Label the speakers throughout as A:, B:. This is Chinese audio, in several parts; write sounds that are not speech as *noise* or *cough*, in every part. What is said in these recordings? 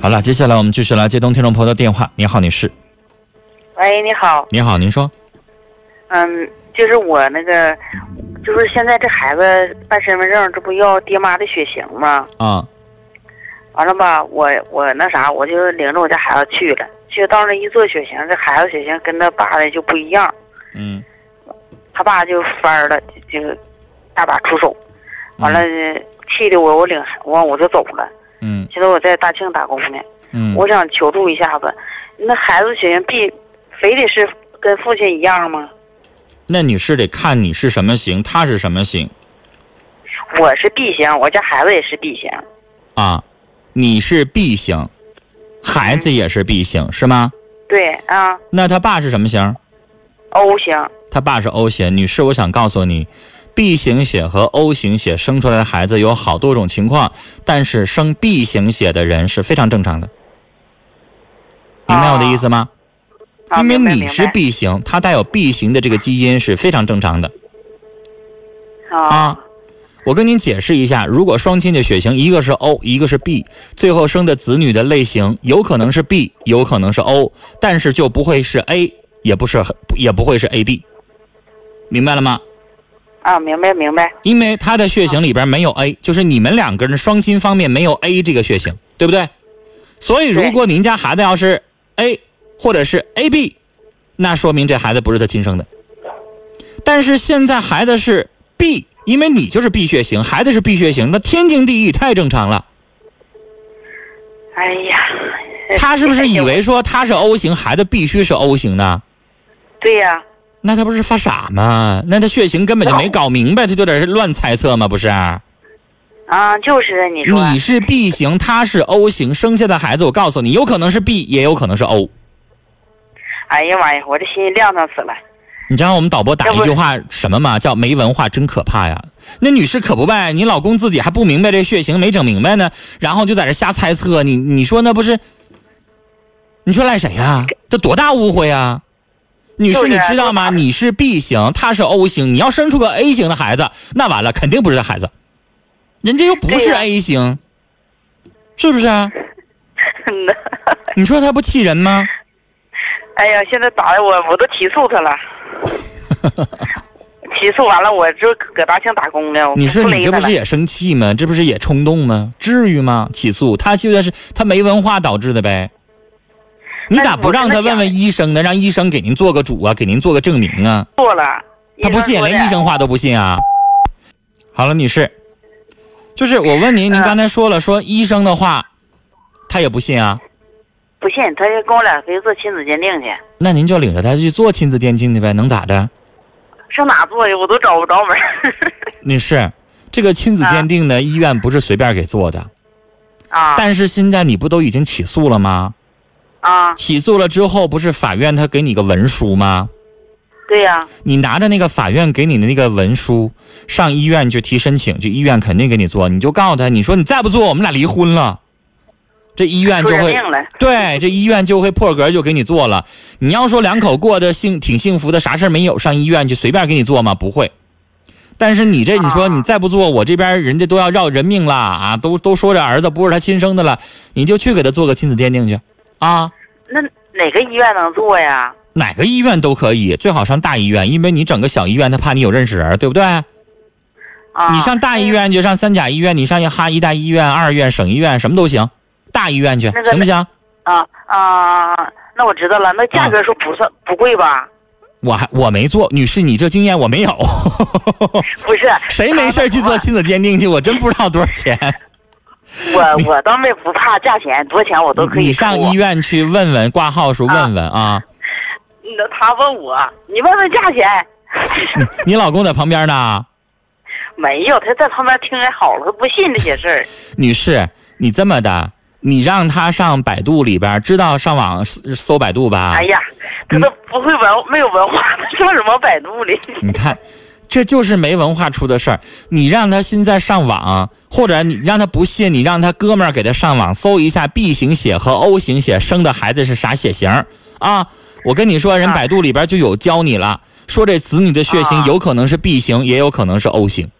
A: 好了，接下来我们继续来接通听众朋友的电话。您好，女士。
B: 喂，哎你好，
A: 您好，您说。
B: 嗯，就是我那个，就是现在这孩子办身份证，这不要爹妈的血型吗？
A: 啊
B: 完了吧，我我那啥，我就领着我家孩子去了，去到那一做血型，这孩子血型跟他爸的就不一样，
A: 嗯，
B: 他爸就翻儿了，就就大打出手，完了、气的我我领完我就走了。
A: 嗯
B: 现在我在大庆打工呢，
A: 嗯，
B: 我想求助一下子，那孩子血型必非得是跟父亲一样吗？
A: 那女士得看你是什么型，他是什么型
B: 我是 B 型，我家孩子也是 B 型。
A: 啊？你是 B 型，孩子也是 B 型是吗？
B: 对哦啊
A: 那他爸是什么型？
B: ，O 型
A: 他爸是 O 型。女士，我想告诉你，B 型血和 O 型血生出来的孩子有好多种情况，但是生 B 型血的人是非常正常的。明白我的意思吗？
B: 啊，
A: 因为
B: 明白
A: 你是 B 型，它带有 B 型的这个基因是非常正常的。
B: 明白啊
A: 啊，我跟您解释一下，如果双亲的血型一个是 O，一个是 B，最后生的子女的类型有可能是 B，有可能是 O，但是就不会是 A，也不是也不会是 AB，明白了吗？
B: 啊，明白明白
A: 因为他的血型里边没有 A，就是你们两个人双亲方面没有 A 这个血型，对不对？所以如果您家孩子要是 A 或者是 AB，那说明这孩子不是他亲生的。但是现在孩子是 B，因为你就是 B 血型，孩子是 B 血型，那天经地义，太正常了。
B: 哎呀，哎
A: 他是不是以为说他是 O 型，孩子必须是 O 型呢？
B: 对呀、
A: 那他不是发傻吗？那他血型根本就没搞明白，他就在这乱猜测吗？不是、
B: 啊？就是你说
A: 你是 B 型，他是 O 型，生下的孩子，我告诉你，有可能是 B，也有可能是 O。
B: 哎呀妈呀，我这心亮堂死了。
A: 你知道我们导播打一句话什么吗？叫没文化真可怕呀！那女士可不呗，你老公自己还不明白这血型，没整明白呢，然后就在这瞎猜测，你你说那不是？你说赖谁呀？这多大误会呀！女士，
B: 就是
A: 你知道吗？
B: 就是啊
A: 你是 B 型，他是 O 型，你要生出个 A 型的孩子，那完了，肯定不是他孩子，人家又不
B: 对
A: 是
B: 呀
A: A 型，是不是啊？
B: 嗯呐 *laughs*
A: 你说他不气人吗？
B: 哎呀，现在打的我我都起诉
A: *laughs*
B: 他了。起诉完了，我就搁大庆打工呢。我
A: 你说你
B: 勒
A: 这不
B: 他
A: 是
B: 了
A: 也生气吗？这不是也冲动吗？至于吗？起诉他就算是他没文化导致的呗。你咋不让他问问医生呢？让医生给您做个主啊，给您做个证明啊？
B: 做了？
A: 他不信，
B: 说的
A: 连医生话都不信啊？好了，女士，就是我问您，您
B: 嗯
A: 刚才说了，说医生的话，他也不信啊？
B: 不信，他就跟我俩回去做亲子鉴定去。
A: 那您就领着他去做亲子鉴定去呗，能咋的？
B: 上哪做去？我都找不着门儿 *laughs*
A: 女士，这个亲子
B: 啊
A: 鉴定呢，医院不是随便给做的，
B: 啊
A: 但是现在你不都已经起诉了吗？
B: 啊！
A: 起诉了之后，不是法院他给你个文书吗？
B: 对呀、
A: 你拿着那个法院给你的那个文书，上医院去提申请，去医院肯定给你做。你就告诉他，你说你再不做，我们俩离婚了。这医院
B: 出
A: 就
B: 人
A: 会
B: 命了。 *laughs*
A: 对，这医院就会破格就给你做了。你要说两口过得幸挺幸福的，啥事儿没有，上医院去随便给你做吗？不会。但是你这你说
B: 啊
A: 你再不做，我这边人家都要要人命了啊！都都说这儿子不是他亲生的了，你就去给他做个亲子鉴定去啊。
B: 那哪个医院能做呀？
A: 哪个医院都可以，最好上大医院，因为你整个小医院他怕你有认识人，对不对？
B: 啊，
A: 你上大医院就上三甲医院，你上一哈医大医院、二院、省医院什么都行，大医院去
B: 那个
A: 行不行？
B: 啊啊，那我知道了，那
A: 啊
B: 价格说不算、不贵吧？
A: 我还我没做，女士，你这经验我没有，
B: 不是，
A: 谁没事儿去做亲子鉴定去？我真不知道多少钱。
B: 我我倒没不怕价钱，多少钱我 *laughs* 都可以。
A: 你上医，院去问问，挂号时候问问
B: *laughs*
A: 啊。
B: 那他问我，你问问价钱。
A: 你老公在旁边呢，
B: *laughs* 没有，他在旁边听人好了，他不信这些事儿。
A: 女士，你这么的，你让他上百度里边儿，知道上网搜搜百度吧？
B: 哎呀，他都不会文，没有文化， *laughs* 他上什么百度里？ *laughs*
A: 你看，这就是没文化出的事儿。你让他现在上网，或者你让他不信，你让他哥们儿给他上网搜一下 B 型血和 O 型血生的孩子是啥血型儿啊？我跟你说，人
B: 啊
A: 百度里边就有教你了，说这子女的血型
B: 啊
A: 有可能是 B 型，也有可能是 O 型。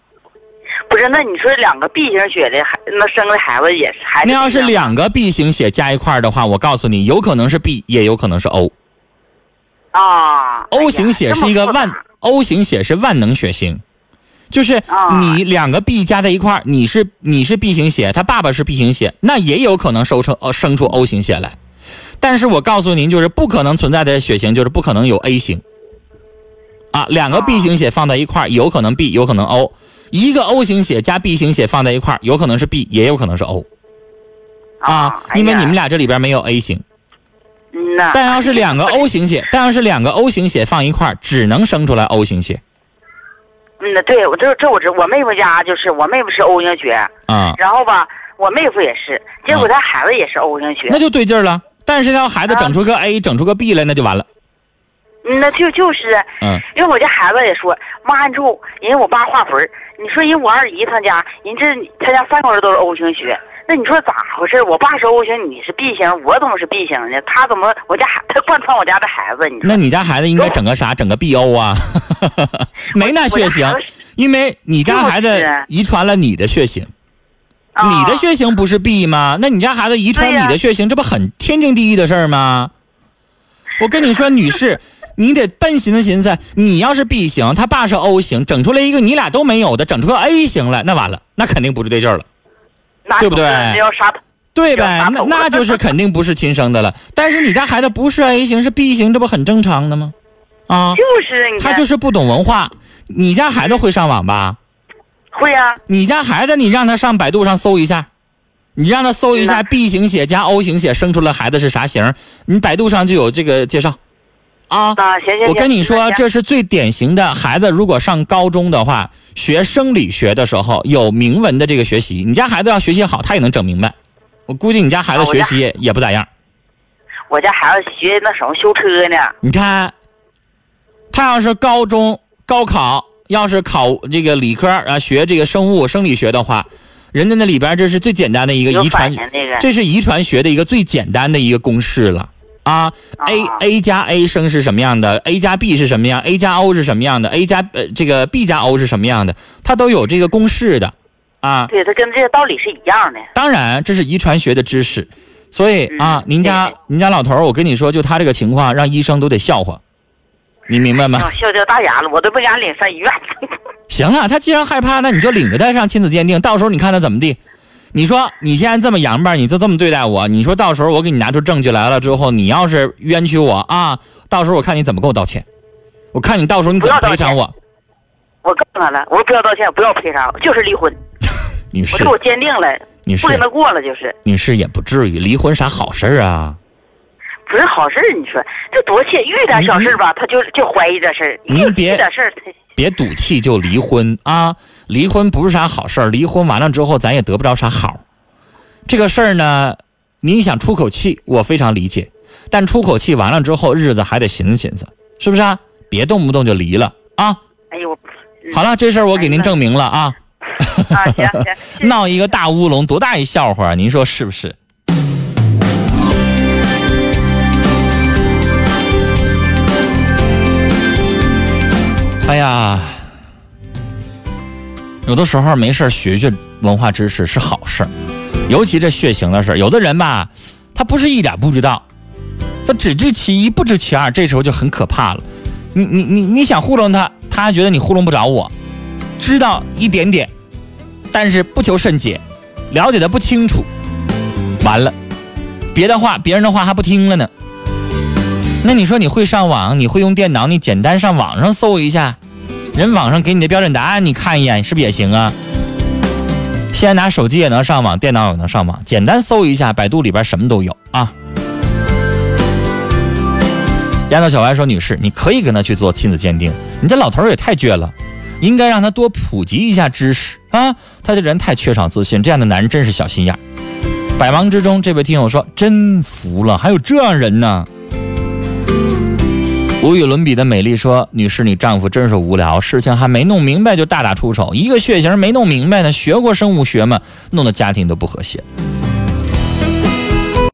B: 不是，那你说两个 B 型血的孩，那生的孩子也是孩
A: 那
B: 子
A: 要是两个 B 型血加一块儿的话，我告诉你，有可能是 B，也有可能是 O。
B: 啊
A: O 型血是一个万
B: 哎呀这么复杂
A: O 型血是万能血型，就是
B: 啊
A: 你两个 B 加在一块儿，你是你是 B 型血，他爸爸是 B 型血，那也有可能收成呃生出 O 型血来。但是我告诉您，就是不可能存在的血型，就是不可能有 A 型。啊，两个
B: 啊
A: B 型血放在一块儿，有可能 B，有可能 O；一个 O 型血加 B 型血放在一块儿，有可能是 B，也有可能是 O 啊，
B: 哎
A: 因为
B: 呀
A: 你们俩这里边没有 A 型。
B: 嗯呐，
A: 但要是两个 O 型血，但要是两个 O 型血放一块儿，只能生出来 O 型血
B: 嗯，对，我这这我知，我妹夫家就是我妹夫是 O 型血，
A: 啊。
B: 然后吧，我妹夫也是，结果
A: 啊
B: 他孩子也是 O 型血，
A: 那就对劲儿了。但是要孩子
B: 啊
A: 整出个 A，、整出个 B 来，那就完了。
B: 嗯，那就就是，
A: 嗯，
B: 因为我家孩子也说，妈，你说人家我爸画坟儿，你说人我二姨她家，人这她家三口人都是 O 型血，那你说咋回事？我爸是 O 型，你是 B 型，我怎么是 B 型呢？他怎么我家孩他贯穿我家的孩子？你说
A: 那你家孩子应该整个啥？整个 BO 啊？ *laughs* 没那血
B: 我
A: 型
B: 家孩子，是
A: 因为你家孩
B: 就
A: 子
B: 是
A: 遗传了你的血型，你的
B: 啊
A: 血型不是 B 吗？那你家孩子遗传
B: 对呀
A: 你的血型，这不很天经地义的事儿吗？我跟你说，女
B: *laughs*
A: 士，你得笨寻思寻思，你要是 B 型，他爸是 O 型，整出来一个你俩都没有的，整出个 A 型来，那完了，那肯定不是对劲儿了。
B: 那
A: 对不啊对
B: 那要杀头
A: 对
B: 要
A: 呗
B: 打，啊
A: 那
B: 头
A: 那
B: 了
A: 就是肯定不是亲生的了。但是你家孩子不是 A 型是 B 型，这不很正常的吗？啊，
B: 就是你
A: 他
B: 看
A: 就是不懂文化。你家孩子会上网吧？
B: 会啊呀、
A: 你家孩子，你让他上百度上搜一下，你让他搜一下
B: 那
A: B 型血加 O 型血生出来孩子是啥型儿，你百度上就有这个介绍，啊。
B: 啊，行行行，
A: 我跟你说，
B: 行
A: 这是最典型的孩子，如果上高中的话，学生理学的时候有明文的这个学习，你家孩子要学习好，他也能整明白。我估计你家孩子
B: 啊我
A: 学
B: 家
A: 习也也不咋样。
B: 我家孩子学那什么修车呢，
A: 你看，他要是高中高考要是考这个理科啊，学这个生物生理学的话，人家那里边这是最简单的一个
B: 有
A: 遗
B: 反
A: 传
B: 应，那个
A: 这是遗传学的一个最简单的一个公式了啊。A
B: 啊
A: A 加 A 生是什么样的？A 加 B 是什么样？A 加 O 是什么样的？A 加呃这个 B 加 O 是什么样的？它都有这个公式的啊。
B: 对，他跟这个道理是一样的。
A: 当然，这是遗传学的知识，所以啊，
B: 嗯
A: 您家
B: 对
A: 您家老头儿，我跟你说，就他这个情况，让医生都得笑话，你明白吗？
B: 啊，笑掉大牙了，我都不敢领上医院。 *laughs*
A: 行啊，他既然害怕，那你就领着他上亲子鉴定，到时候你看他怎么地。你说你现在这么洋巴儿，你就这么对待我，你说到时候我给你拿出证据来了之后，你要是冤屈我啊，到时候我看你怎么给我道歉，我看你到时候你怎么
B: 不要
A: 赔
B: 道歉
A: 偿我，
B: 我告诉他了，我说不要道歉，不要赔偿，就是离婚。
A: 女
B: 我
A: 士
B: 说，我坚定了，
A: 女士
B: 不，跟他过了，就是
A: 女士也不至于离婚啥好事儿啊。
B: 不是好事儿。你说这多气，遇点小事儿吧，他就就怀疑这事儿。
A: 您别
B: 遇点事儿，他
A: 别赌气就离婚啊！离婚不是啥好事儿，离婚完了之后咱也得不着啥好。这个事儿呢，您想出口气，我非常理解，但出口气完了之后，日子还得寻思寻思，是不是啊？别动不动就离了啊！
B: 哎呦，嗯
A: 好了，这事儿我给您证明了啊！
B: 啊，行
A: *laughs*
B: 行， *laughs* 谢谢
A: 闹一个大乌龙，多大一笑话啊，您说是不是？哎呀，有的时候没事儿学学文化知识是好事儿，尤其这血型的事儿，有的人吧，他不是一点不知道，他只知其一不知其二，这时候就很可怕了。你你你你想糊弄他，他还觉得你糊弄不着我，知道一点点，但是不求甚解，了解的不清楚，完了，别的话别人的话还不听了呢。那你说你会上网，你会用电脑，你简单上网上搜一下，人网上给你的标准答案你看一眼，是不是也行啊？现在拿手机也能上网，电脑也能上网，简单搜一下，百度里边什么都有啊。丫头小白说：“女士，你可以跟他去做亲子鉴定，你这老头儿也太倔了。”应该让他多普及一下知识啊！他这人太缺少自信，这样的男人真是小心眼儿。百忙之中，这位听友说：“真服了，还有这样人呢！”无与伦比的美丽说：“女士，你丈夫真是无聊，事情还没弄明白就大打出手，一个血型没弄明白呢，学过生物学吗？弄得家庭都不和谐。